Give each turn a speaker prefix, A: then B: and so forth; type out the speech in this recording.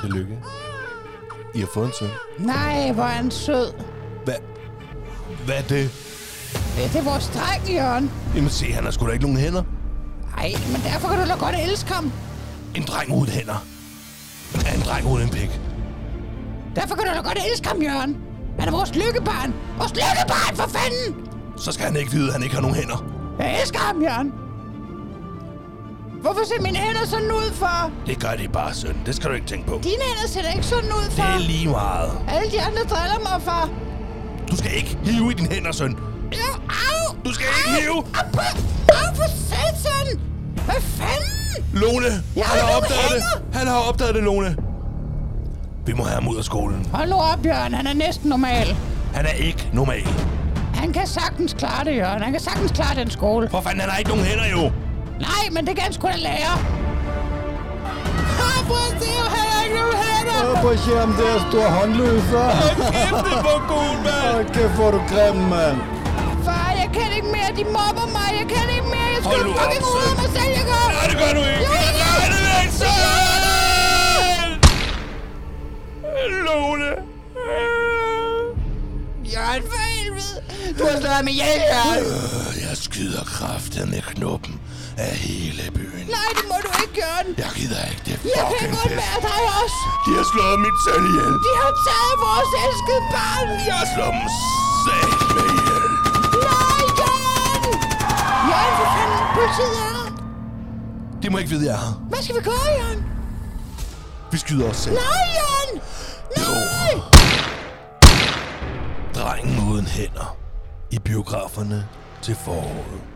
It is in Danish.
A: Tillykke. I har fået en søn.
B: Nej, hvor er han sød.
A: Hvad? Hvad er det?
B: Ja, Det er vores dreng, Jørgen.
A: Jamen se, han har sgu da ikke nogen hænder.
B: Nej, men derfor kan du da godt elske ham.
A: En dreng uden hænder. Er en dreng uden en pik.
B: Derfor kan du da godt elske ham, Jørgen. Han er vores lykkebarn. Vores lykkebarn, for fanden!
A: Så skal han ikke vide, at han ikke har nogen hænder.
B: Jeg elsker ham, Jørgen. Hvorfor ser mine hænder sådan ud for?
A: Det gør de bare, søn. Det skal du ikke tænke på.
B: Dine hænder ser da ikke sådan ud
A: Det
B: for.
A: er lige meget.
B: Alle de andre driller mig for.
A: Du skal ikke hive i dine hænder, søn.
B: Jo, au!
A: Du skal ikke
B: Au!
A: hive.
B: Au, på- Au, for satan! Hvad fanden?
A: Lone,
B: Jeg
A: han
B: har
A: har
B: nogle
A: opdaget
B: hænder.
A: det. Han har opdaget det, Lone. Vi må have ham ud af skolen.
B: Hold nu op, Jørgen. Han er næsten normal.
A: Han er ikke normal.
B: Han kan sagtens klare det, Jørgen. Han kan sagtens klare den skole.
A: For fanden, han har ikke nogen hænder, jo.
B: Nej, men det kan han sgu da lære. Ah, prøv at se, han har ikke nogen hænder.
C: Prøv på at se ham der store håndløser.
A: Kæft, det er god, mand.
C: Hold kæft, hvor er du grim, mand.
B: Far, jeg kan ikke mere. De mobber mig. Jeg kan ikke mere. Jeg skal
A: Hold nu op,
B: fucking ud af
A: søn.
B: mig selv. Jeg går.
A: Nej, det gør du ikke.
B: Jo, jeg gør.
A: Nej, det vil jeg ikke selv. Lone.
B: Jørgen, for helvede. Du har slået mig ihjel, Jørgen.
A: Øh, Jeg skyder kraften med knuppen af hele byen.
B: Nej, det må du ikke, Jørgen.
A: Jeg gider ikke det
B: Jeg kan
A: fucking
B: godt
A: pis.
B: være dig også.
A: De har slået mit søn ihjel.
B: De har taget vores elskede barn.
A: Jeg slår dem sæt med ihjel.
B: Nej, Jørgen. Jørgen, for fanden. Politiet er her.
A: De må ikke vide, jeg er her.
B: Hvad skal vi gøre, Jørgen?
A: Vi skyder os selv.
B: Nej, Jørgen. Nej.
A: Drengen uden hænder. I biograferne til foråret.